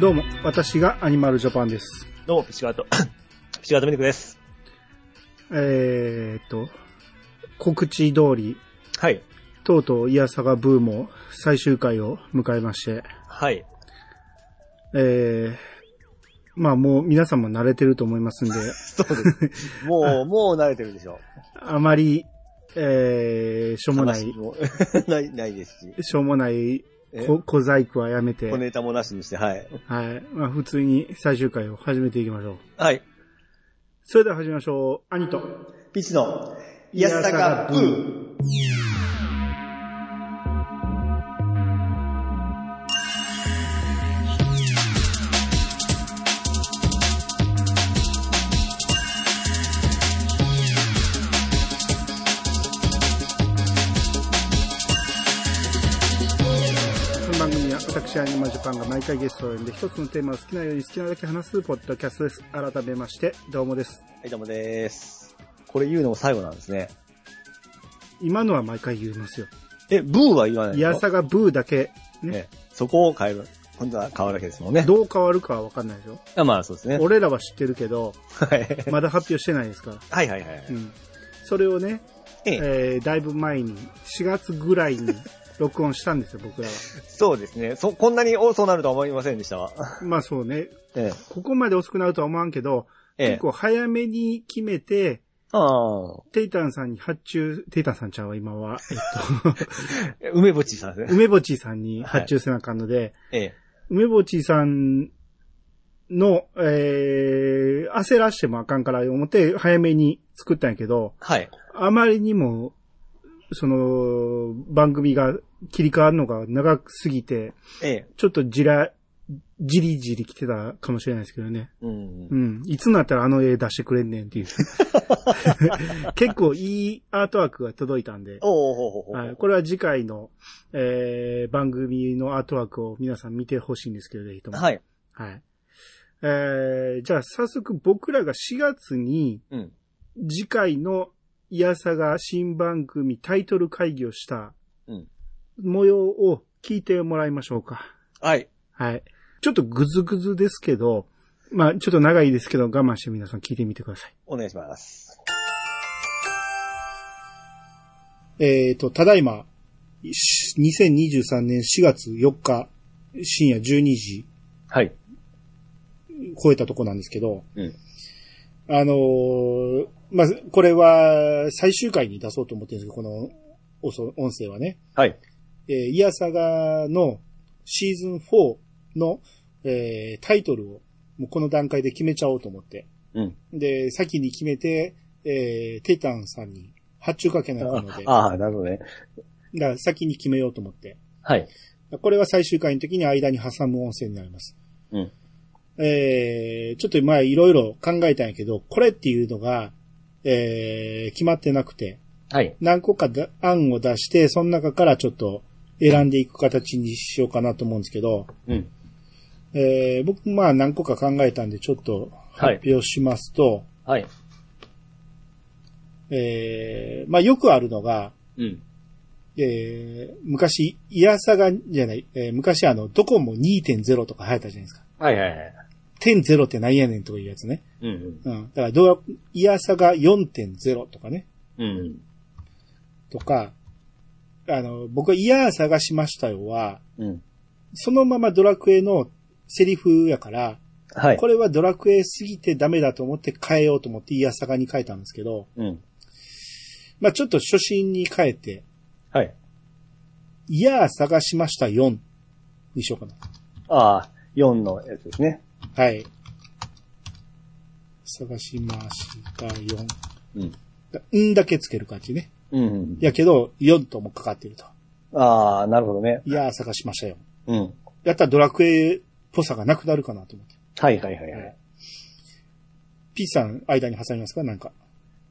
どうも、私がアニマルジャパンです。どうも、ピチカート、 ピチカートミルクです。えーっと、告知通り、はい。とうとうイヤサガブーも最終回を迎えまして、はい。えー、まあもう皆さんも慣れてると思いますんで、そう です。もう、もう慣れてるでしょ。あまり、えー、しょうもな話い、も ない、ないですし。しょうもないえ小小細工はやめて、小ネタもなしにして、はい。はい。まあ普通に最終回を始めていきましょう。はい。それでは始めましょう。兄と。ピチの、いやさかブー。この番組は私アニマルジャパンが毎回ゲストを呼んで一つのテーマを好きなように好きなだけ話すポッドキャストです。改めまして、どうもです。はい、どうもです。これ言うのも最後なんですね。今のは毎回言いますよ。え、ブーは言わないいのやさがブーだけ、ね。ね。そこを変える。本当は変わるだけですもんね。どう変わるかはわかんないでしょ。あまあ、そうですね。俺らは知ってるけ ど、はい。まだ発表してないですから。。はいはいはいはいうん。それをね、えええー、だいぶ前に、4月ぐらいに 録音したんですよ、僕ら は。そうですね。そ、こんなに多そうなるとは思いませんでしたわ。まあそうね、えここまで遅くなるとは思わんけど、え。ええ結。構早めに決めて、ああ。テイタンさんに発注、テイタンさんちゃうわ、今は。えっと、え梅ぼっちさんです ね。梅ぼちさんに発注せなあかんので、ええ。梅ぼちさんの、えー、焦らしてもあかんから思って早めに作ったんやけど、はい。あまりにも、その、番組が切り替わるのが長すぎて、ええ。ちょっとじら、じりじり来てたかもしれないですけどね。うんう。ん。いつになったらあの絵出してくれんねんっていう。結構いいアートワークが届いたんで。おおほうほうほう。はい。これは次回の、えー、番組のアートワークを皆さん見てほしいんですけど、ぜひとも。はい。はい。えー、じゃあ早速僕らが4月にうん。次回のイヤサガ新番組タイトル会議をしたうん模様を聞いてもらいましょうか。はい。はい。ちょっとグズグズですけど、まあちょっと長いですけど我慢して皆さん聞いてみてください。お願いします。えー、と、ただいま、し2023年4月4日深夜12時はい。超えたとこなんですけど、うんあのーまあ、これは最終回に出そうと思ってるんですけど、このおそ音声はね、はい。えーイヤサガのシーズン4の、えータイトルをもうこの段階で決めちゃおうと思って、うん。で、先に決めて、えーテイタンさんに発注かけないので、だかああ、なるほどね。ら先に決めようと思って、はい。これは最終回の時に間に挟む音声になります。うん。えー、ちょっとまあいろいろ考えたんやけど、これっていうのが、えー、決まってなくて、はい。何個かだ案を出して、その中からちょっと選んでいく形にしようかなと思うんですけど、うん。えー、僕まあ何個か考えたんでちょっと発表しますと、はい。えー、まあよくあるのが、うん。えー、昔、イヤサガじゃない、えー昔あの、ドコモ2.0とか流行ったじゃないですか。はいはいはい。 10.0ってなんやねんとかいうやつね。うん。うん。だからどうや、イヤサが4.0とかね。うん。とか、あの、僕はイヤーサがしましたよは、うん。そのままドラクエのセリフやから、はい。これはドラクエすぎてダメだと思って変えようと思ってイヤサガに変えたんですけど、うん。まあちょっと初心に変えて、はい。イヤーサがしました4にしようかな。ああ、4のやつですね。はい。探しました4。うん。だんだけつける感じね。うん。やけど、4ともかかってると。ああ、なるほどね。いやー探しましたよ。うん。やったらドラクエっぽさがなくなるかなと思って。はいはいはいはい。 P さん、間に挟みますかなんか。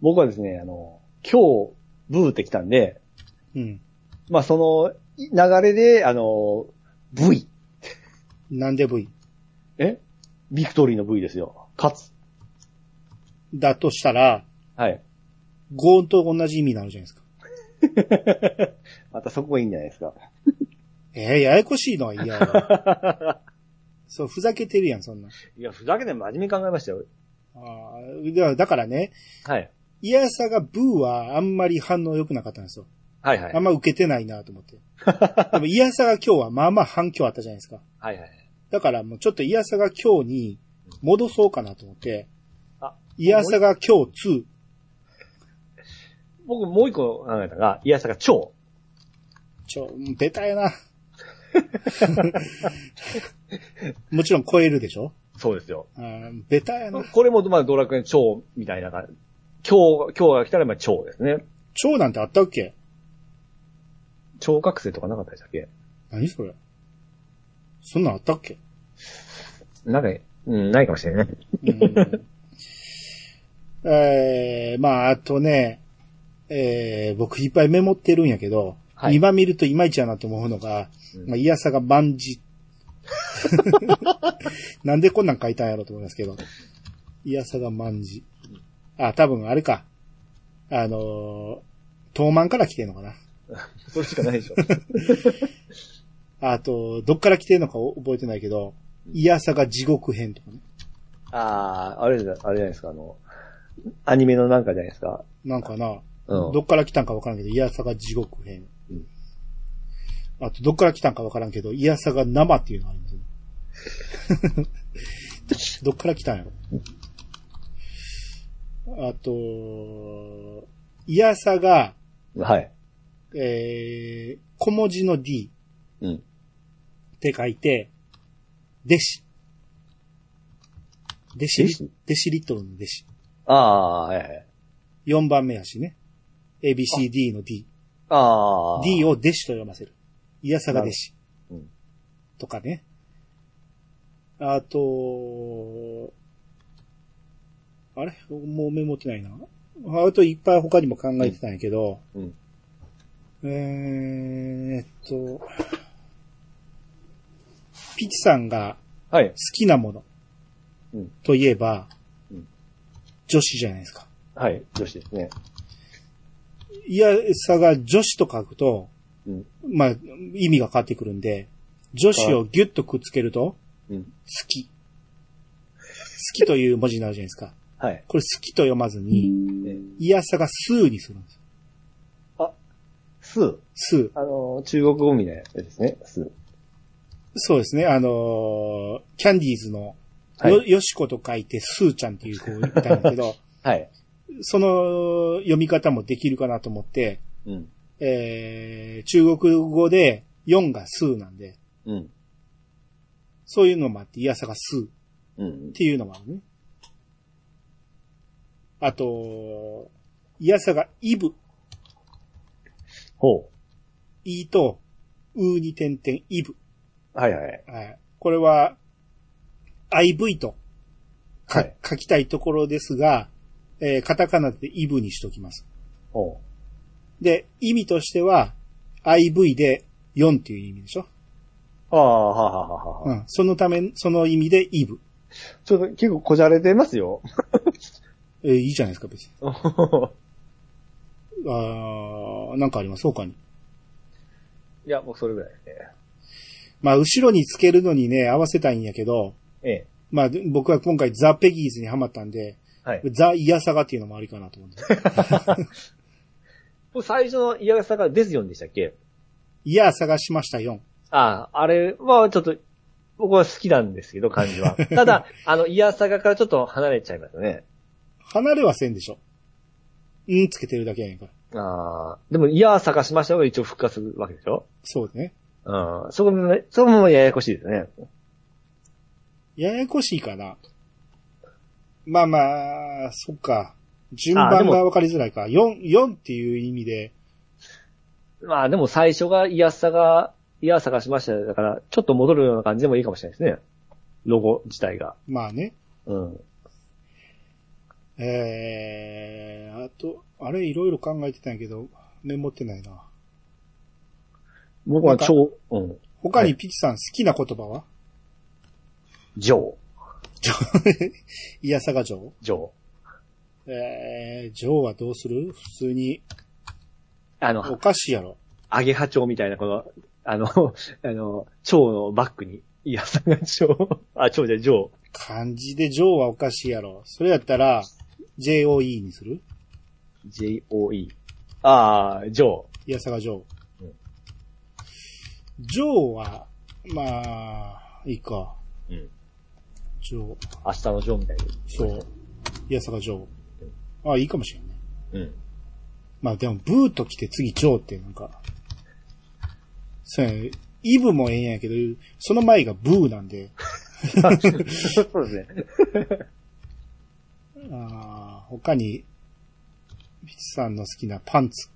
僕はですね、あの、今日、ブーってきたんで、うん。まあその、流れで、あの、V。なんで V? えビクトリーの V ですよ。勝つ。だとしたら、はい。ゴーンと同じ意味になるじゃないですか。またそこがいいんじゃないですか。 えー、ややこしいのは嫌やわ。そう、ふざけてるやん、そんな。いや、ふざけて真面目に考えましたよ。ああ、では、だからね、はい。イヤサがブーはあんまり反応良くなかったんですよ。はいはい。あんま受けてないなと思って。でもイヤサが今日はまあまあ反響あったじゃないですか。はいはい。だからもうちょっとイヤサが今日に戻そうかなと思ってあ、イヤサが今日2。僕もう一個考えたのが、いやさが超。ちょ、うんベタやな。 もちろん超えるでしょそうですよ。うんベタやな。これも、まあ、ドラクエの超みたいな感じ。今日、今日が来たら、まあ、超ですね。蝶なんてあったっけ超覚醒とかなかったでしたっけ何それそんなんあったっけなんか、うん、ないかもしれないね。うん えー、まあ、あとね、えー、僕いっぱいメモってるんやけど、はい今見るといまいちやなと思うのが、うんまあ、イヤサが万事。 なんでこんなん書いたんやろうと思いますけど、イヤサが万事。あ、多分あれか。あのー、東満から来てんのかな。それしかないでしょ。あと、どっから来てんのか覚えてないけど、イヤサが地獄編とかね。 ああ、あれじゃ、あれじゃないですか、あの、アニメのなんかじゃないですか。なんかな、うん。どっから来たんかわからんけど、イヤサが地獄編。うんあと、どっから来たんかわからんけど、イヤサが生っていうのがありますよ。 どっから来たんやろ。あと、イヤサが、はい。えー、小文字の D うん。って書いて、弟子。弟子弟リ、子弟子リットルの弟子。ああ、はいはい。 4番目やしね。ABCD の D。ああ。 D を弟子と読ませる。イヤサが弟子なるほどうん。とかね。あと、あれもうメモってないな。あといっぱい他にも考えてたんやけど、うん。えーっと、ピチさんがはい好。きなものうん。といえば、うん女子じゃないですか。はい。女子ですね。イヤサが女子と書くと、うん。まあ、意味が変わってくるんで、女子をギュッとくっつけると、うん。好き。好きという文字になるじゃないですか。はい。これ好きと読まずに、えイヤサが数にするんですよ。数。数。あの、中国語みたいなやつですね。数。そうですね、あのーキャンディーズの、はいよ、よしこと書いて、スーちゃんっていう子いたんだけ ど、はい。その読み方もできるかなと思って、うん。えー、中国語で4が数なんで、うん。そういうのもあって、イヤサが数。うんっ。ていうのもあるね。あと、イヤサがイブ、ほイと、ウーに点々イブ。う。はいはい。はい。これは、IV とか、はい書きたいところですが、えーカタカナでイブにしときます。ほで、意味としては、IV で4っていう意味でしょ、う。ああ、はあはあはあはあ。うん。そのため、その意味でイブ。ちょっと結構こじゃれてますよ。えーいいじゃないですか、別に。いあーなんかあります他に。や、僕それぐらいですね。まあ、後ろにつけるのにね、合わせたいんやけど、ええ。まあ、で僕は今回ザ・ペギーズにハマったんで、はい。ザ・イヤサガっていうのもありかなと思って。僕最初の嫌がさがですよんでしたっけ イヤサガしました4。ああ、あれはちょっと、僕は好きなんですけど、感じ は。ただ、あの、嫌さがからちょっと離れちゃいますね。離れはせんでしょ。んつけてるだけやねんから。ああ、でも嫌さがしましたが一応復活するわけでしょそうね。うん。そこもね、そこもややこしいですね。ややこしいかな。まあまあ、そっか。順あで番もがわかりづらいか。4、4っていう意味で、まあでも最初が嫌さが、嫌さがしましただから、ちょっと戻るような感じでもいいかもしれないですね。ロゴ自体が。まあね。うん。えー、あと、あれいろいろ考えてたんやけど、メモってないな。僕は超、うん。他はにいピチさん好きな言葉は、ジョー、イヤサガ城ジョー。えー、ジョーはどうする普通に、あの、お菓子やろ。 アゲハチョウみたいな、この、あの、あの、蝶のバックに、いや、さがジョー。あ、ジョーじゃない、ジョー。漢字でジョーはおかしいやろ。それやったら、JOE にする J-O-E。ああ、ジョイヤサガジョーうん。ジョーは、まあ、いいか。ー。うん。ジョー、明日のジョーみたいに。そう。イヤサガジョー。あ、いいかもしれんね。うん。まあでも、ブーと来て次ジョーってなんか、そうやねイブもええんやけど、その前がブーなんで、そうですね。あー他に、ピチさんの好きなパンツ。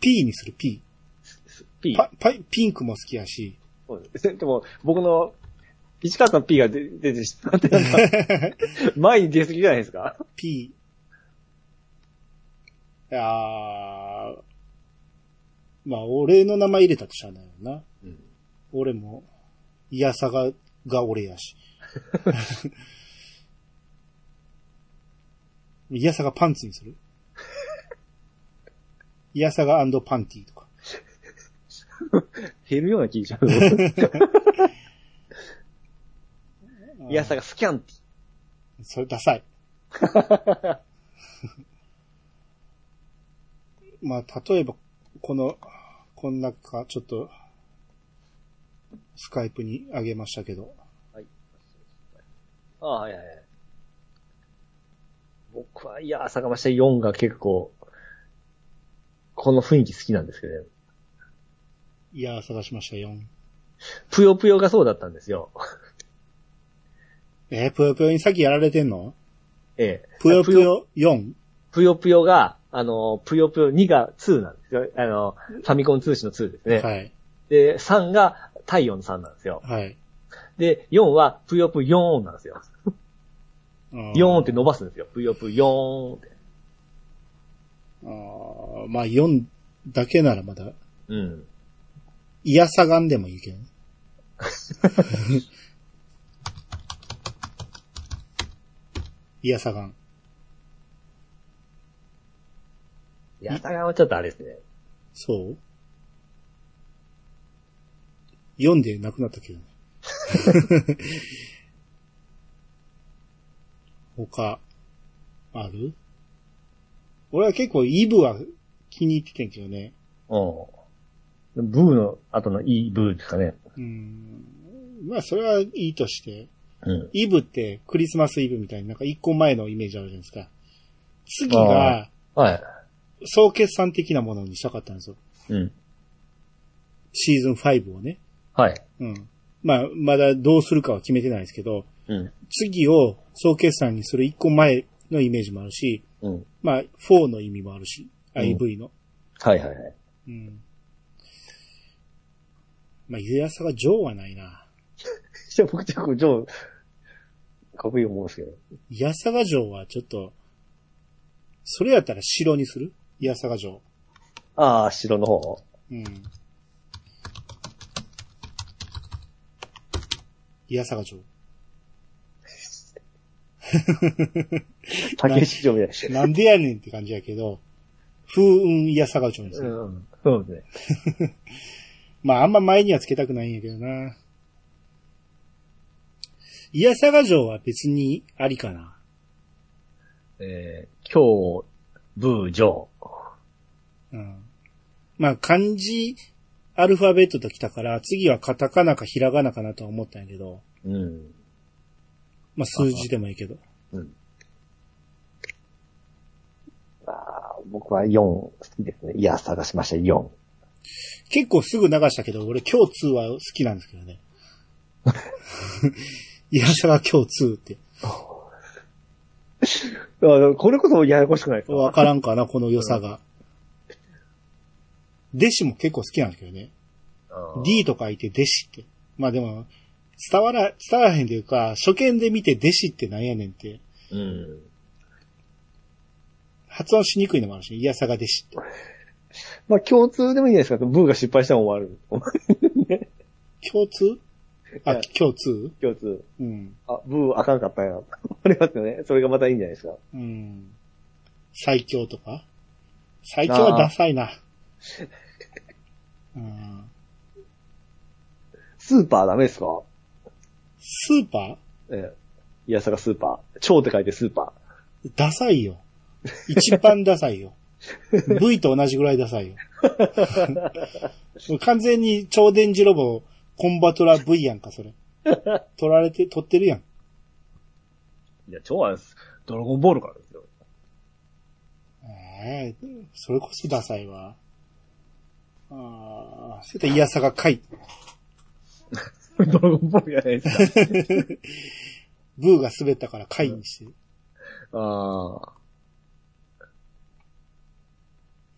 P にする P。 P。パパピンクも好きやし、そうです ねでも、僕の、市川さん P が出出てしまって、 前に出すぎじゃないですか P。あーまあ、俺の名前入れたとしゃあないよな。うん俺も、いやさが、が俺やし。 いやさがパンツにするいやさがパンティとか。減るような気がし ます。いや、さがスキャンテそれダサい。まあ、例えば、この、こんなか、ちょっと、スカイプにあげましたけど、ィ。ああ、はいはいはい。僕は、いや、坂間下4が結構、この雰囲気好きなんですけどね。いやー探しましたよ。ぷよぷよがそうだったんですよ。えー、ぷよぷよにさっきやられてんのええ。ぷよぷよ 4? ぷよぷよが、あの、ぷよぷよ2が2なんですよ。あの、ファミコン通信の2ですね。はい。で、3が太陽の3なんですよ。はい。で、4はぷよぷよ4なんですよ。うん4って伸ばすんですよ。ぷよぷよ4って。あーまあ、4だけならまだ、うん。いやさがんでもいいけどね。いやさがん。いや、たがはちょっとあれですね。そう読んでなくなったけどね。 他、ある俺は結構イブは気に入っててんけどね。うん。ブーの後のいいブーですかね。うん。まあそれはいいとして、うん。イブってクリスマスイブみたいになんか一個前のイメージあるじゃないですか。次がはい。総決算的なものにしたかったんですよ。うん。シーズン5をね。はい。うん。まあ、まだどうするかは決めてないですけど、うん。次を総決算にする一個前のイメージもあるし、うん。まあ、4の意味もあるし、うん IV の。はいはいはい。うん。まあ、ゆやさが上はないな。じゃあ 僕ちょっと、ジョー、かっこいい思うんですけど。ゆやさが上はちょっと、それやったら白にするゆやさが上。ああ、白の方。うん。ゆやさが上。竹市場みたいな。なんでやねんって感じやけど、風雲ゆやさが上にすうる。ん。そうですね。まああんま前にはつけたくないんやけどな。いやさが城は別にありかな。えー、今日、ブー、ジョー。うん。まあ漢字、アルファベットときたから、次はカタカナかひらがなかなとは思ったんやけど、うん。まあ数字でもいいけど。うん。ああ、僕は4好きですね。いや、探しました、4。結構すぐ流したけど、俺今日2は好きなんですけどね。いやさが今日2って。あこれこそややこしくないですかわからんかな、この良さが。弟子も結構好きなんですけどね。うん D とか書いて弟子って。まあでも、伝わら、伝わらへんというか、初見で見て弟子ってなんやねんって、うん。発音しにくいのもあるし、いやさが弟子って。まあ、共通でもいいですかブーが失敗したら終わる。共通あ、いや共通共通。うん。あ、ブーあかんかったよ。 ありますよね。それがまたいいんじゃないですか。うん。最強とか最強はダサいな。うん。スーパーダメですかスーパええ。いやさがスーパー。超って書いてスーパーダサいよ。一番ダサいよ。V と同じぐらいダサいよ。もう完全に超電磁ロボ、コンバトラ V やんか、それ。取られて、取ってるやん。ー。いや、超はドラゴンボールからですよ。ええそれこそダサいわ。ああ、それとイヤサガかい。 ドラゴンボールじゃないですか。ブーが滑ったからかいにして。 ああ。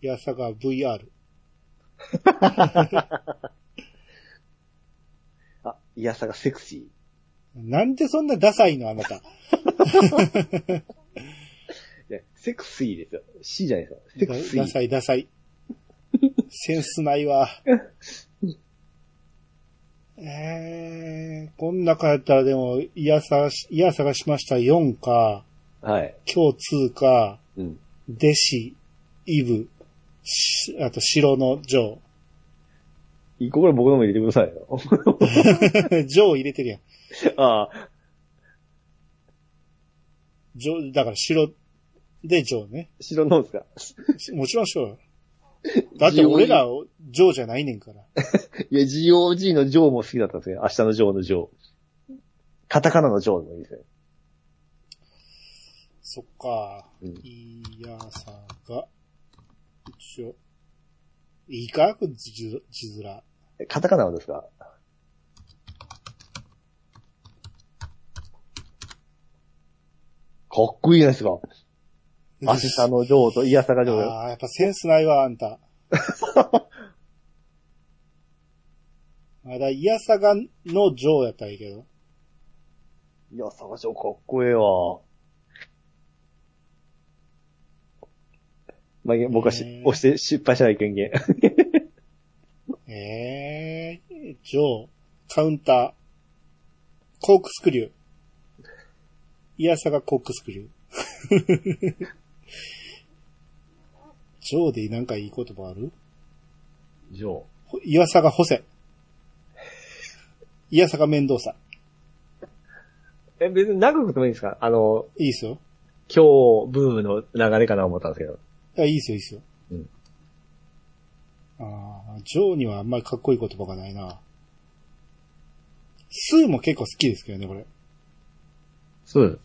イヤサガ VR。あ、いやさがセクシなんでそんなダサいの、あなた。ー。いや、セクシーですよ。C じゃないですか。セクシダー。サい、ダ サい。センスないわ。えー、こん中やったらでも、イヤサガし、イヤサガしました4か、はい。今日2か、うん。弟子、イブ、しあと城 のジョ一個ぐらい僕のも入れてください よ。ー。ジョー入れてるやん。ああ。ジョー、だから城でジョーね。白のですかもちろん城よ。だって俺ら、ジョーじゃないねんから。いや、GOG のジョーも好きだったんですけど、明日のジョーのジョー。カタカナのジョーでもいいですね。そっか。うんいやさが、一応。いいかこれ字字面。えカタカナはどうですかかっこいいじゃないですか。明日のジョーとイヤサガジョー。ああ、やっぱセンスないわ、あんた。 まだ、いやさがのジョーやったらいいけど。イヤサガジョーかっこええわ。まあ、いや僕はしへー押して失敗しない権限。ええー、ジョー、カウンター、コークスクリュー。いやさがコークスクリュー。 ジョーでなんかいい言葉あるジョ岩坂補正。岩坂面倒さ。ー。え、別に長くてもいいんですかあの、いいっすよ。今日、ブームの流れかな思ったんですけど。いや、いいっすよ、いいっすよ。うんああ、ジョーにはあんまりかっこいい言葉がないな。スーも結構好きですけどね、これ。そう。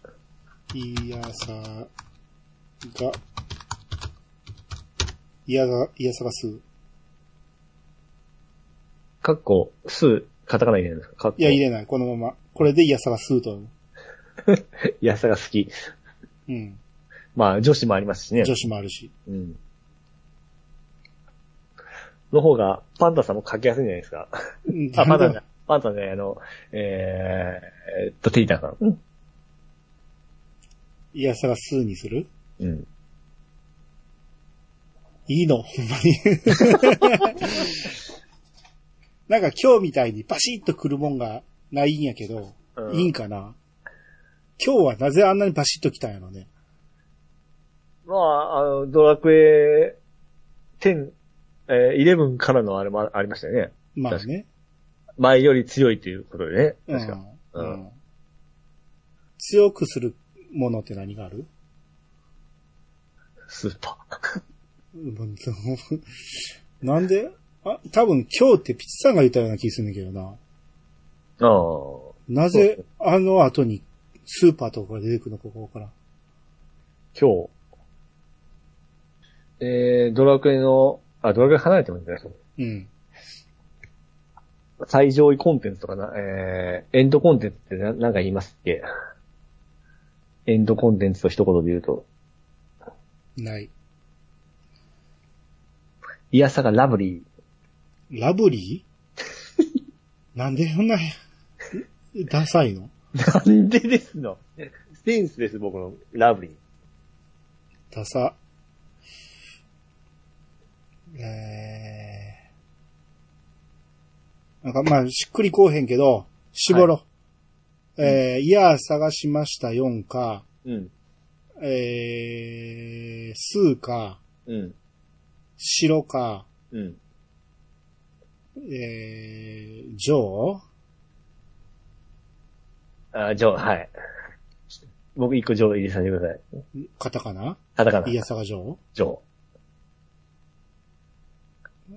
岩坂が、岩坂、岩坂スー。かっこ、す、カタカナ入れるんですかかっこいや、入れない、このまま。これで岩坂スーと。イヤサが好き。うん。まあ、女子もありますしね。女子もあるし。うん。の方が、パンタさんも書きやすいんじゃないですか。うんあ、パンタね。パンタね、あの、えー、えっと、テイタンさん。うん。岩坂スーにするうん。いいの、ほんまに。 なんか今日みたいにパシッと来るもんがないんやけど、うんいいんかな。今日はなぜあんなにパシッと来たんやろね。まあ、あの、ドラクエ10、えー、11からのあれもありましたよね。まあね。前より強いということでね。うん確か。ううんん強くするものって何がある スーパうんなんであ、多分今日ってピッチさんが言ったような気するんだけどな。ー。ああ。なぜあの後にスーパーとかが出てくるのここから。今日、えー、ドラクエの、あ、ドラクエ離れてもいいんじゃないですうん。か。最上位コンテンツとかな、えー、エンドコンテンツってななんか言いますっけエンドコンテンツと一言で言うと、ない。イヤサがラブリラブリ ーなんでそんな、ダサいのー。なんでですのセンスです、僕のラブリー。ダサ。えー、なんかまあ、しっくりこうへんけど、絞ろう。えー、いやー探しました4か、うん。えー、数か、うん。白か、うん。えー、ジョーあ、ジョー、はい。僕一個ジョー入れさせてください。カタカナカタカナ。イジヤサガジョョー。ー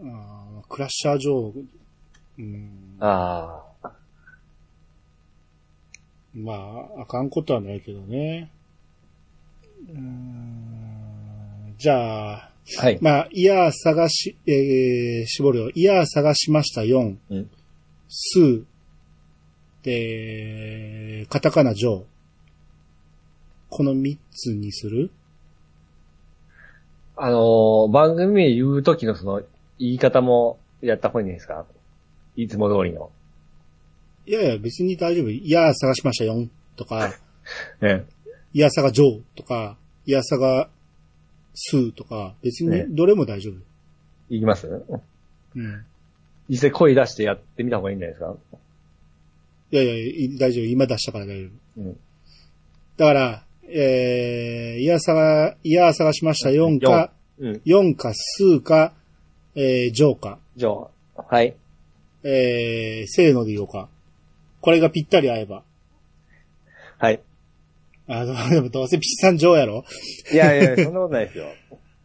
あークラッシャージョー、うん、ああ。まあ、あかんことはないけどね。うーんじゃあ、はい。まあ、イヤー探し、えー、絞るよ。イヤー探しました4。うんスー。で、カタカナジョー。この3つにするあのー番組で言うときのその、言い方もやった方がいいんですかいつも通りの。いやいや、別に大丈夫。イヤー探しました4と か、ね。イヤー探ジョーとか、イヤー探スーとか、別ねにどれも大丈夫。いきますうん。実際声出してやってみた方がいいんじゃないですかいやいやい、大丈夫。今出したから大丈夫。うん。だから、えー、イヤー探、イヤー探しました4か、うん。 4か数か、えー、ジョーか、じゃあ、はい。えー、せーので言おうか。これがぴったり合えば。はい。あの、でもどうせピチさんジョーやろ いやいや、そんなことないですよ。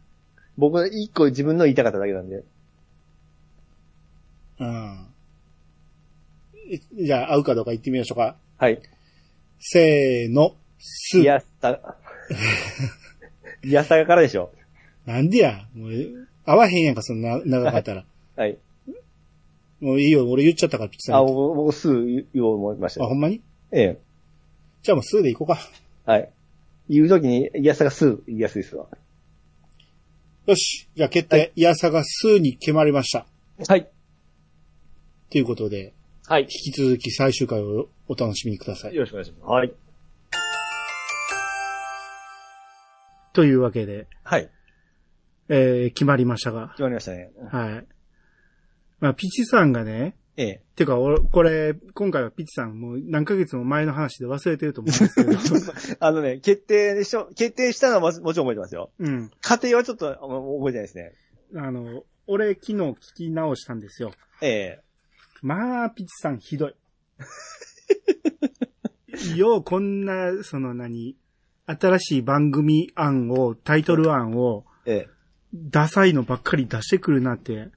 僕、一個自分の言いたかっただけなんで。うん。えじゃあ、合うかどうか言ってみましょうか。はい。せーの、すい。や、さ、いやさがからでしょ。なんでや。もう、合わへんやんか、そんな、長かった ら。はい。もういいよ、俺言っちゃったから、ピチさあ、んに。僕、僕すぐ言おう思いましたあ、よ。ほんまにええ。じゃあもうすーで行こうか。はい。言うときに、いやさがすぐ言いやすいですわ。よし。じゃあ決定。イヤサがすーに決まりました。はい。ということで、はい。引き続き最終回をお楽しみください。よろしくお願いします。はい。というわけで、はい。えー、決まりましたが。決まりましたね。はい。まあ、ピチさんがね、ええ。てか、おこれ、今回はピチさんもう何ヶ月も前の話で忘れてると思うんですけど、 あのね、決定でしょ、決定したのはもちもちろん覚えてますよ。うん。過程はちょっとあの覚えてないですね。あの、俺昨日聞き直したんですよ。ええ。まあ、ピチさんひ どい。よう、こんな、その何、新しい番組案を、タイトル案を、ええ。ダサいのばっかり出してくるな って。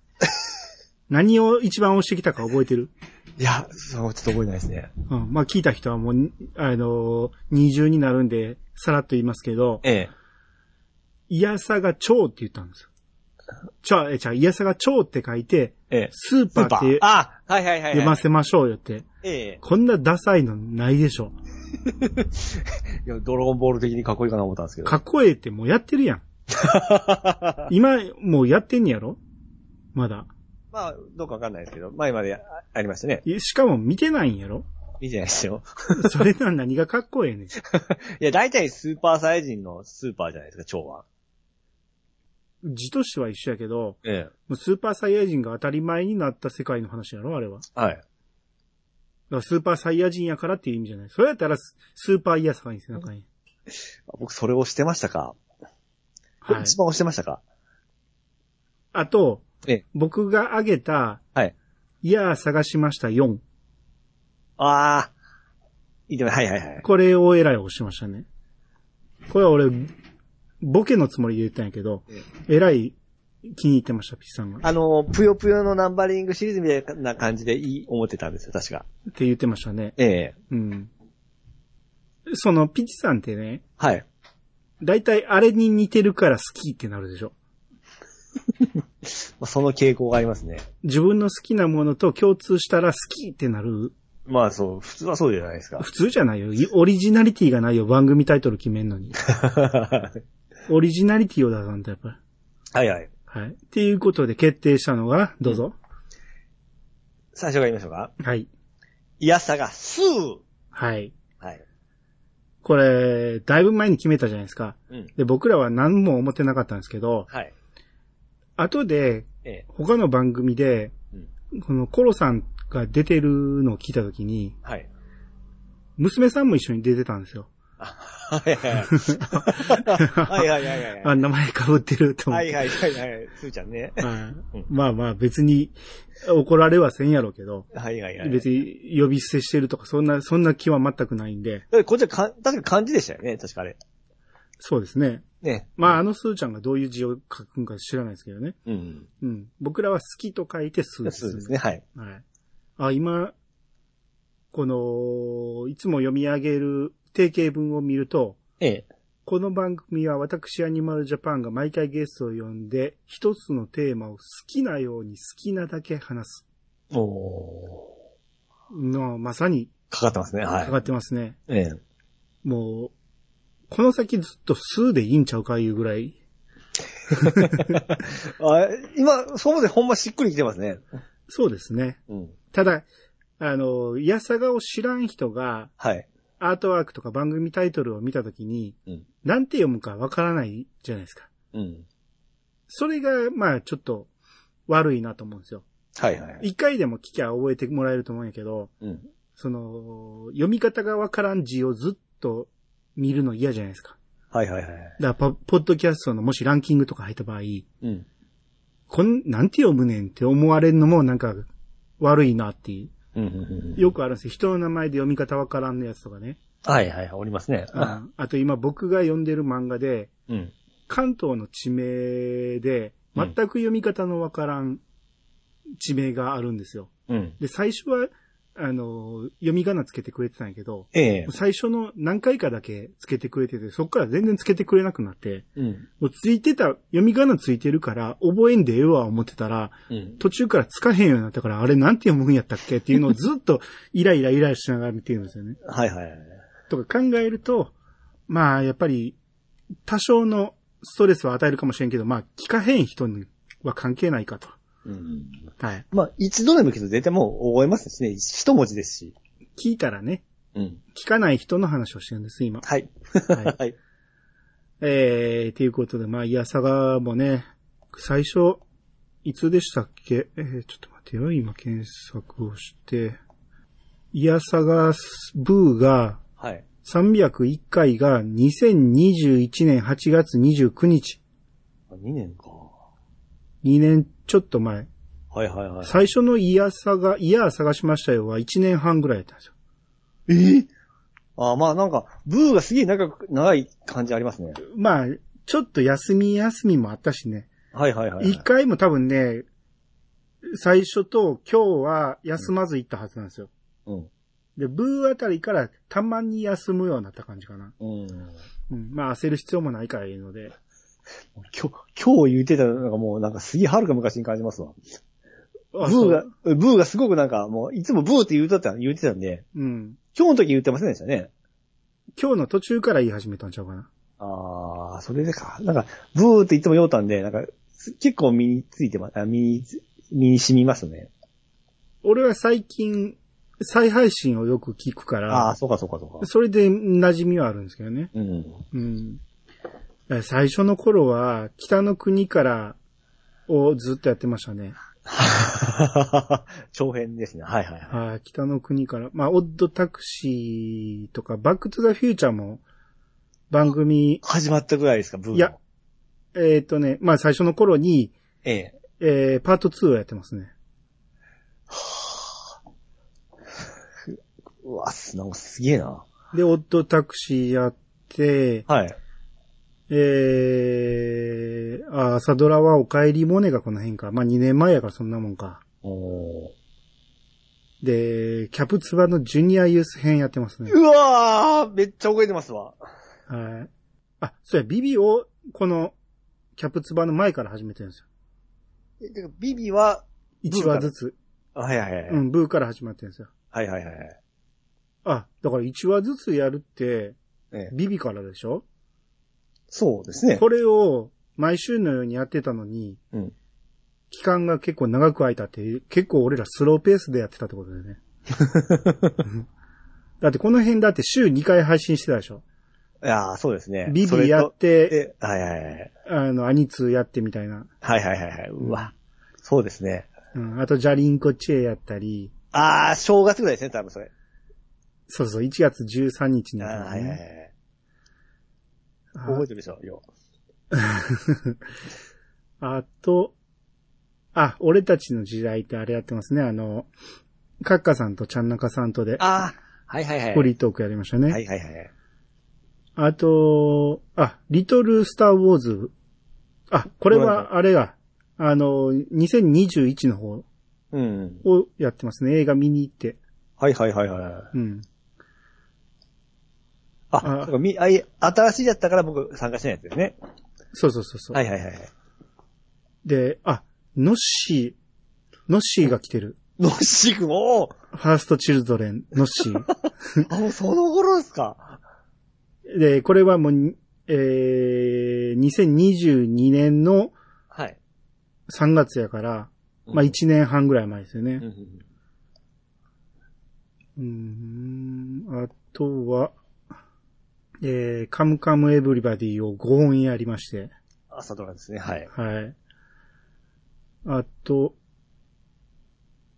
何を一番押してきたか覚えてるいや、そう、ちょっと覚えてないですね。うん、まあ聞いた人はもうに、あのー、二重になるんで、さらっと言いますけど、ええ。イヤサが蝶って言ったんですよ。ちゃ、え、ちゃ、イヤサが蝶って書いて、ええ。スーパーってあ、はいはいはい、はい。読ませましょうよって。ええ。こんなダサいのないでしょ。いや、ドラゴンボール的にかっこいいかな思ったんですけど。かっこええってもうやってるやん。今、もうやってんねやろまだ。 まあ、どうかわかんないですけど、前まであありましたね。いしかも見てないんやろいいじゃないですよ。それなら何がかっこええねん。いや、大体スーパーサイジンのスーパーじゃないですか、蝶は。字としては一緒やけど、ええ。もうスーパーサイヤ人が当たり前になった世界の話やろあれは。はい。だからスーパーサイヤ人やからっていう意味じゃない。それやったらススーパーイヤサがいいんですよ、中に。僕、それをしてましたか、はい。一番押してましたかあとええ、僕が挙げた、はい。イヤー探しました4。ああ。いいでも、はいはいはい。これをえらい押しましたね。これは俺、ボケのつもりで言ったんやけどえ、えらい気に入ってました、ピッチさんが。あの、ぷよぷよのナンバリングシリーズみたいな感じでいい思ってたんですよ、確か。って言ってましたね。ええ。うん。その、ピッチさんってね、はい。だいたいあれに似てるから好きってなるでしょ。まあ、その傾向がありますね。自分の好きなものと共通したら好きってなるまあそう、普通はそうじゃない ですか。普通じゃないよ。オリジナリティがないよ。番組タイトル決めんのに。オリジナリティを出さんとやっぱり。はいはい。はい。っていうことで決定したのが、どうぞ。最初から言いましょうか。はい。いやさが、すーはい。はい。これ、だいぶ前に決めたじゃないですか。うん。で、僕らは何も思ってなかったんですけど、はい。後で、ええ。他の番組で、このコロさんが出てるのを聞いたときに、はい。娘さんも一緒に出てたんですよ。はいはいはい。はいはいはい はあ、名前被ってるとい。思っはて。いはいはいはい。すーちゃんね。はいまあまあ別に怒られはせんやろうけど、はいはいはい。別に呼び捨てしてるとかそんな、そんな気は全くないんで、だってこっちはかん、確か漢字でしたよね、確かあれ。そうですね。ね。まああのスーちゃんがどういう字を書くんか知らないですけどね。うん。うん。僕らは好きと書いてスーそうですね、。はい。はい。あ、今、この、いつも読み上げる定型文を見ると、ええ。この番組は私アニマルジャパンが毎回ゲストを呼んで、一つのテーマを好きなように好きなだけ話す。おの、まさにーかかってますね、はいか。かってますね。ええ。もう、この先ずっと数でいいんちゃうかいうぐらい。 あ今、そうまでほんましっくりきてますね。そうですね。うん。ただ、あの、いやさがを知らん人が、はい。アートワークとか番組タイトルを見たときに、うんなんて読むかわからないじゃないですか。うん。それが、まあ、ちょっと、悪いなと思うんですよ。はいはい。一回でも聞きゃ覚えてもらえると思うんやけど、うん。その、読み方がわからん字をずっと見るの嫌じゃないですか。はいはいはだい。からポ、ポッドキャストのもしランキングとか入った場合、うん。こん、なんて読むねんって思われるのもなんか悪いなっていう。うんうんうん。よくあるんですよ。人の名前で読み方わからんのやつとかね。はいはいはい、おりますね。ああと今僕が読んでる漫画で、うん。関東の地名で、全く読み方のわからん地名があるんですよ。うん。で、最初は、あの、読み仮名つけてくれてたんやけど、ええ。最初の何回かだけつけてくれてて、そっから全然つけてくれなくなって、うん。もうついてた、読み仮名ついてるから、覚えんでええわ思ってたら、うん。途中からつかへんようになったから、あれなんて読むんやったっけっていうのをずっとイライライラしながら見てるんですよ ね。はいはいはい。とか考えると、まあやっぱり多少のストレスは与えるかもしれんけど、まあ聞かへん人には関係ないかと。うん。はい。まあ、一度でも行くと絶対もう覚えますしね。一文字ですし。聞いたらね、うん。聞かない人の話をしてるんです、今。はい。はい。 はい。えー、ということで、まあ、いやさがもね、最初、いつでしたっけえー、ちょっと待ってよ、今検索をして。いやさがブーが、はい。 301回が2021年8月29日。 2年か。 2年ちょっと前。はいはいはい。最初のイヤーサが、イヤー探しましたよは1年半ぐらいやったんですよ。ええああ、まあなんか、ブーがすげえ長く、長い感じありますね。まあ、ちょっと休み休みもあったしね。はいはいはいはい。 1回も多分ね、最初と今日は休まず行ったはずなんですよ。うん。で、ブーあたりからたまに休むようになった感じかな。うん。うん。まあ焦る必要もないからいいので。今日、今日言ってたのがもうなんかすげえ遥か昔に感じますわ。あブーがそう。、ブーがすごくなんかもう、いつもブーって言うとった、言ってたんで、うん。今日の時言ってませんでしたね。今日の途中から言い始めたんちゃうかな。ああ、それでか。なんか、ブーって言ってもようたんで、なんか、す結構身についてま、あ身につ、身に染みますね。俺は最近、再配信をよく聞くかああー、ら、そうかそうかそうか。それで馴染みはあるんですけどね。うん。うん。だから最初の頃は、北の国からをずっとやってましたね。長編ですね。はいはいはい。あー北の国から。まあ、オッドタクシーとか、バックトゥザフューチャーも番組、始まったぐらいですか、ブーのいや。えっ、とね、まあ最初の頃に、ええ。えー、パート2をやってますね。うわ、すなんかすげえな。で、オッドタクシーやって、はい。えー、あー、朝ドラはお帰りモネがこの辺か。まあ、2年前やからそんなもんか。おーで、キャプツバのジュニアユース編やってますね。うわーめっちゃ覚えてますわ。はい。あ、そうや、ビビを、この、キャプツバの前から始めてるんですよ。えてかビビは、 1話ずつ。はいはいはい。うん、ブーから始まってるんですよ。はいはいはい。あ、だから1話ずつやるって、ええビビからでしょそうですね。これを、毎週のようにやってたのに、うん期間が結構長く空いたっていう、結構俺らスローペースでやってたってことだ よね。だってこの辺だって週2回配信してたでしょ。いやーそうですね。ビそビれやっと、て、え、はいはいはい。あの、アニツーやってみたいな。はいはいはいはい。うわ。そうですね。うん、あと、ジャリンコチェやったり、あー正月ぐらいですね、多分それ。そうそう、1月13日にあーやったはいりはいはね。い。覚えてるでしょ、よ。 あと、あ、俺たちの時代ってあれやってますね。あの、カッカさんとちゃんなかさんとで、ああ、はいはいはい。フリートークやりましたね。はいはいはい。あと、あ、リトルスターウォーズ。あ、これはあれが、あの、2021の方うん。をやってますね。映画見に行って。はいはいはいはい。うん。あ、あそうかみあい新しいやったから僕参加してないやつですね。そうそうそうそう、はいはいはいはい。で、あ、ノッシー、ノッシーが来てる。のっしーくん、おフーァーストチルドレン、ノッシ ー。あ、もうその頃ですか。で、これはもうに、えー、2022年のはい。 3月やから、まあ1年半ぐらい前ですよねう。ん。うーん、あとは、えー、カムカムエブリバディを5音やりまして、朝ドラですね、はい。はい。あと、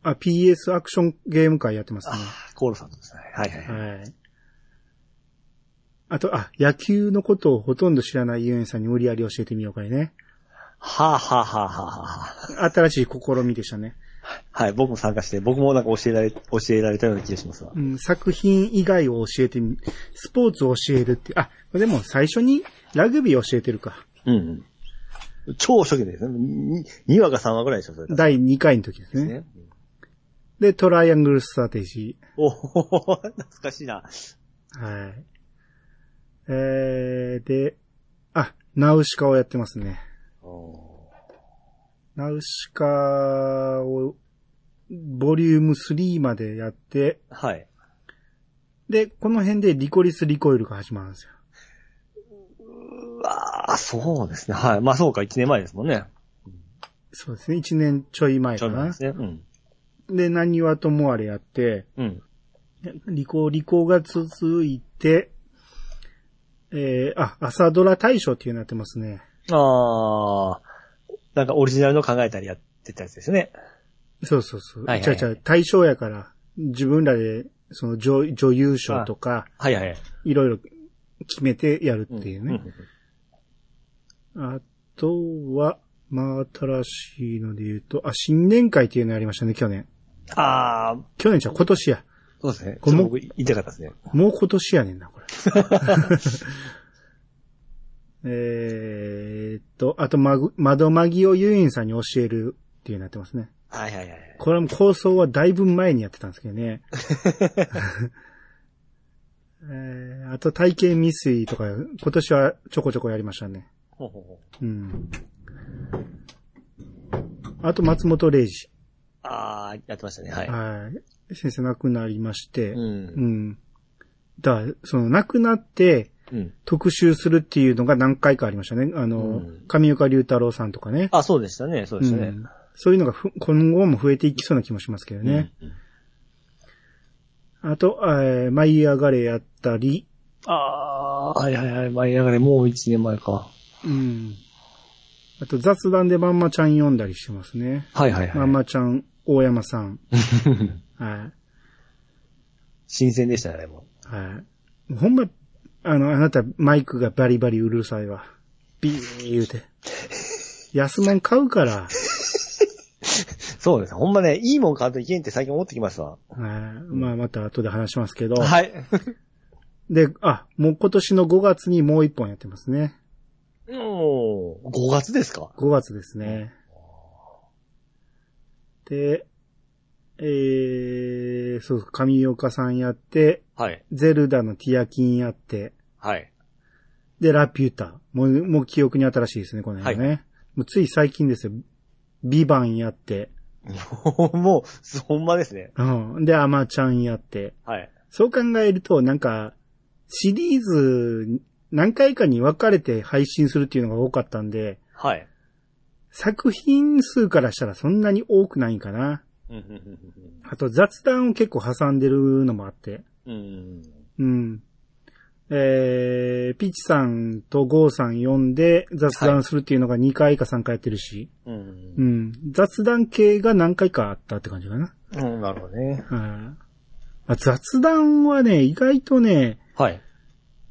あ、PS アクションゲーム会やってますね。あー、コールさんとですね。はいはいはい。はい。あと、あ、野球のことをほとんど知らないゆえんさんに無理やり教えてみようかいね。はあ、はあはあはあはあ、新しい試みでしたね。はい、僕も参加して、僕もなんか教えられ、教えられたような気がしますわ。うん、作品以外を教えてみ、スポーツを教えるって、あ、でも最初にラグビーを教えてるか。うん。超初期ですね。ににわか3話ぐらいでしょ、それ。第2回の時ですですね。ね。で、トライアングルストラテジおお懐かしいな。ー。はい。えー、で、あ、ナウシカをやってますね。おナウシカを、ボリューム3までやって、ーはい。で、この辺でリコリスリコイルが始まるんですよ。うわーそうですね。はい。まあそうか、1年前ですもんね。そうですね。1年ちょい前ちょかうどな。ですね。うん。で、何はともあれやって、うん。リコ、リコが続いて、えー、あ、朝ドラ大賞っていうのやってますね。あーなんかオリジナルの考えたりやってたやつですね。そうそうそう。はいはいちゃはういちゃう、大賞やから、自分らで、その女女優賞とか、はいはい。いろいろ決めてやるっていううんね。あとは、まあ、新しいので言うと、あ、新年会っていうのやりましたね、去年。あー去年じゃう今年や。そうですね。これもちょっと僕言いたかったですね。もう今年やねんな、こ れ。えーっと、あと、まぐ、窓まぎをユインさんに教えるっていうなってますね。はいはいはい。これも構想はだいぶ前にやってたんですけどね。 えーあと、体型未遂とか、今年はちょこちょこやりましたね。ほうほうほううん。あと、松本零士。あーやってましたね。はい。はい。先生亡くなりまして。うんう。ん。だからその、亡くなって、うん。特集するっていうのが何回かありましたね。あの、うん上岡龍太郎さんとかね。あ、そうでしたね。そうでしたねう。んそういうのがふ今後も増えていきそうな気もしますけどね。うん。あと、えー、舞い上がれやったり、ああ、はいはいはい。舞い上がれ、もう1年前か。うん。あと雑談でまんまちゃん読んだりしてますね。はいはいまはい。んまちゃん、大山さん。は 新鮮でしたね、あれも。い。はい。ほんま、あの、あなたマイクがバリバリうるさいわ。ビー言う て。安物買うから。そうです。ほんまね、いいもん買うといけんって最近思ってきますわ。はい。まあ、また後で話しますけど。はい。で、あ、もう今年の5月にもう一本やってますね。もう、5月ですか5月ですね。で、えー、そう、神岡さんやって、はい。ゼルダのティアキンやって、はい。で、ラピュータ。もう、もう記憶に新しいですね、この辺ね。もうつい最近ですよ。ビバンやって、 もう、ほんまですね。うん。で、アマちゃんやって。はい。そう考えると、なんか、シリーズ、何回かに分かれて配信するっていうのが多かったんで、はい。作品数からしたらそんなに多くないんかな。あと雑談を結構挟んでるのもあって。うん。うん。えー、ピッチさんとゴーさん呼んで雑談するっていうのが2回か3回やってるし。うんう。ん。雑談系が何回かあったって感じかな。うん、なるほどね。はいあ雑談はね、意外とね、はい。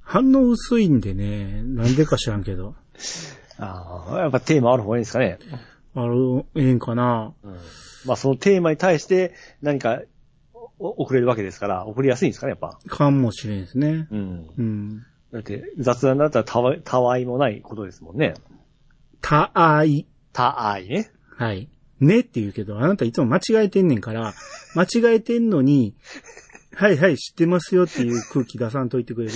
反応薄いんでね、なんでか知らんけど。ああ、やっぱテーマある方がいいんですかね。あの、ええんかなまあそのテーマに対して何かお送れるわけですから、送りやすいんですかね、やっぱ。かもしれんですね。うん。うん。だって雑談だったらたわたわいもないことですもんね。たあい。たあいね。はい。ねって言うけど、あなたいつも間違えてんねん から、間違えてんのに、はいはい知ってますよっていう空気出さんといてくれる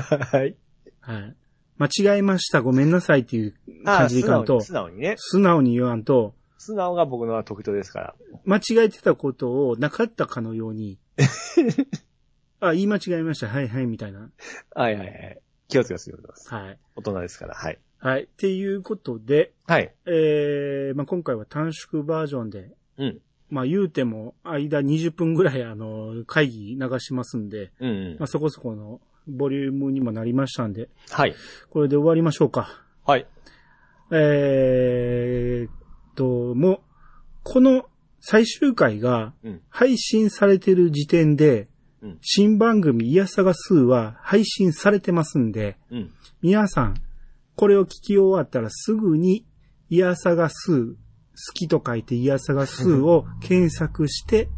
はい。はい。間違えました、ごめんなさいっていうああ、感じでい素か直んとに、素直にね。素直に言わんと、素直が僕のは特徴ですから。間違えてたことをなかったかのよう に、あ、言い間違えました、はいはい、みたいな。はいはいはい。気をつけますよ。はい。大人ですから。はい。はい。っていうことで、はい。えー、まあ、今回は短縮バージョンで、うん。まあ、言うても、間20分ぐらい、あの、会議流しますんで、うん、うんまあ、。そこそこのボリュームにもなりましたんで、はい。これで終わりましょうか。はい。えーっと、もう、この最終回がうん配信されてる時点で、うん新番組いやさが数は配信されてますんで、うん。皆さん、これを聞き終わったらすぐに、いやさが数、好きと書いていやさが数を検索して、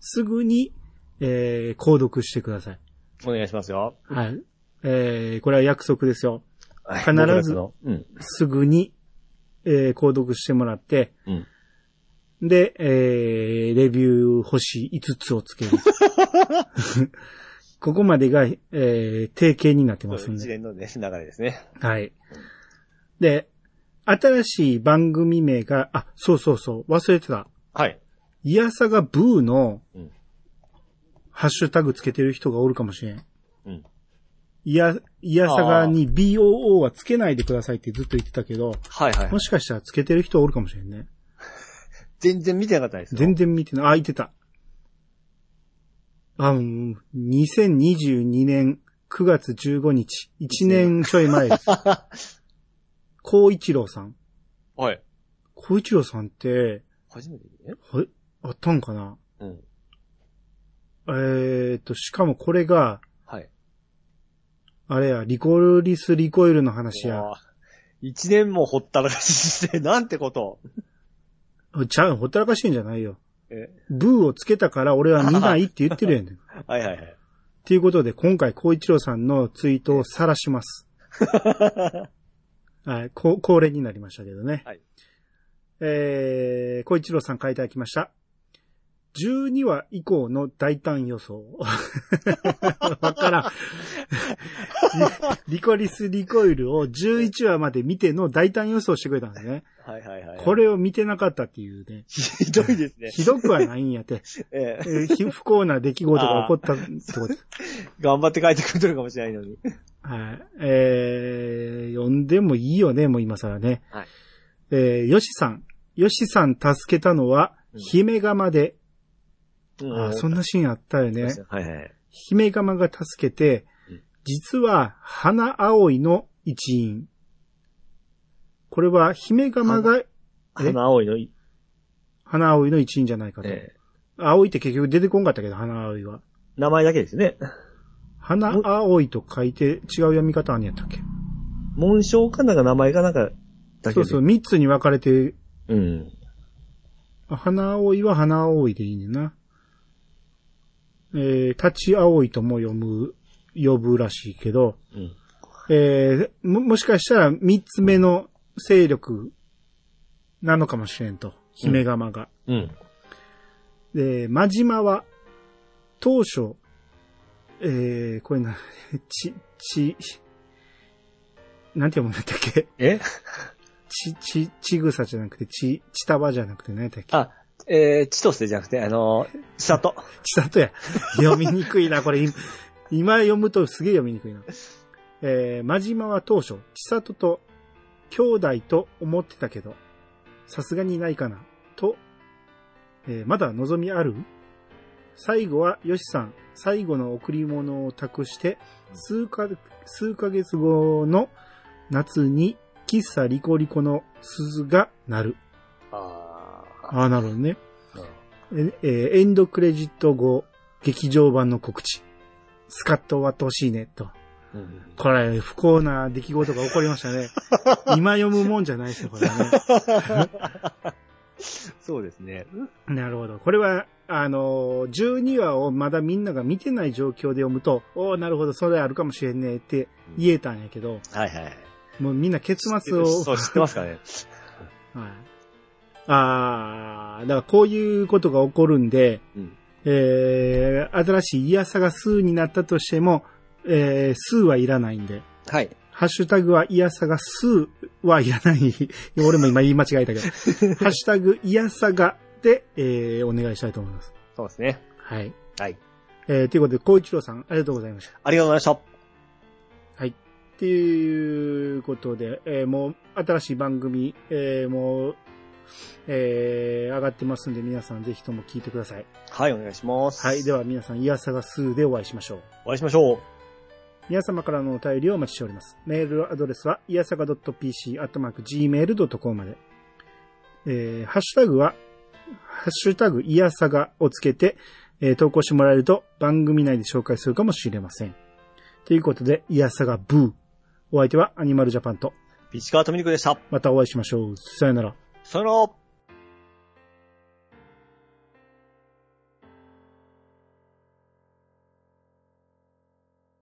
すぐに、えー、購読してください。お願いしますよ。はい。えー、これは約束ですよ。必ずうん。すぐに、えー、購読してもらって、うんで、えー、レビュー星5つをつける。 ここまでが、えー、定型になってますそんう一で。連のね、流れですね。はい。で、新しい番組名が、あ、そうそうそう、忘れてた。はい。いやさがブーのうん、ハッシュタグつけてる人がおるかもしれん。うんいや、いやさがに BOO はつけないでくださいってずっと言ってたけど、はいはい。もしかしたらつけてる人おるかもしれんね。全然見てなかったですよ。全然見てない。あ、いてた。あ、うん、2022年9月15日、1年ちょい前 です。高一郎さん。はい。高一郎さんって、初めて見るね。はい、あったんかなうん。えー、と、しかもこれが、はい。あれや、リコリスリコイルの話やう。わ一年もほったらかしして、なんてこと。ちゃう、ほったらかしいんじゃないよ。えブーをつけたから俺は見ないって言ってるやん、ね。はいはいはい。ということで、今回、孝一郎さんのツイートを晒し ます。はい、こ恒例になりましたけどね。はい。えー、孝一郎さん書いていただきました。12話以降の大胆予 想。わからん。リリコリス・リコイルを11話まで見ての大胆予想してくれたんですね。はいはいはい。これを見てなかったっていうね。ひどいですね。ひどくはないんや って。えええーひ不幸な出来事が起こったってこと頑張って書いてくれてるかもしれないのに。はい。えー、呼んでもいいよね、もう今更ね。はい。えー、よしさん。よしさん助けたのは、うん姫釜で、うんあーそんなシーンあったよね。はいはい。姫釜が助けてうん、実は、花葵の一員。これは、姫釜が、花青いの、花葵の一員じゃないかと。ええ葵って結局出てこんかったけど、花葵は。名前だけですね。花葵と書いて違う読み方あんねやったっけ紋章かなんか名前かなんか、だけでそうそう、三つに分かれてうん。花葵は花葵でいいねんな。えー、立ち葵とも読む、呼ぶらしいけど、うん。えー、も、もしかしたら三つ目の勢力なのかもしれんと。姫釜が。うん。で、真島は、当初、えー、これな、 ち、ち、なんて読むんだったっけえち、ち、ちぐさじゃなくて、ち、ちたばじゃなくて何やったっけあ、えー、千歳じゃなくて、あのー、千里。ちさとや。 読みにくいな、これ。今今読むとすげえ読みにくいな。えー、真島は当初、ちさとと兄弟と思ってたけど、さすがにないかな、と、えーまだ望みある最後は、よしさん、最後の贈り物を託して、数か、数ヶ月後の夏に、喫茶リコリコの鈴が鳴る。ああ。ああ、なるほどね。ええーエンドクレジット後、劇場版の告知。スカッと終わってほしいね、と。 これ、不幸な出来事が起こりま したね。今読むもんじゃないですよ、これはね。 そうですね。なるほど。これは、あのー、12話をまだみんなが見てない状況で読むと、おおなるほど、それあるかもしれんねって言えたんやけど、はいはい。もうみんな結末を、そう、知ってますかね。はい。あー、だからこういうことが起こるんで、うんえー、新しいイヤサが数になったとしても、えー、数はいらないんで、はい。ハッシュタグはイヤサが数はいらない。 俺も今言い間違 えたけど、ハッシュタグイヤサがで、えー、お願いしたいと思います。そうですね。はい。はい。えー、ということで、孝一郎さん、ありがとうございました。ありがとうございましっていうことで、えーもう新しい番組、えーもう、えー上がってますんで皆さんぜひとも聞いてください。た。はい、お願いします。はい。では、は皆さん、イヤサガ2でお会いしましょう。お会いしましょう。皆様からのお便りをお待ちしております。メールアドレスは、いやさが .pc、アットマーク、gmail.com まで。えー、ハッシュタグは、ハッシュタグ、いやさがをつけて、えー投稿してもらえると、番組内で紹介するかもしれません。ということで、いやさがブー。お相手は、アニマルジャパンと、ピチカートミルクでした。またお会いしましょう。さよなら。さよなら。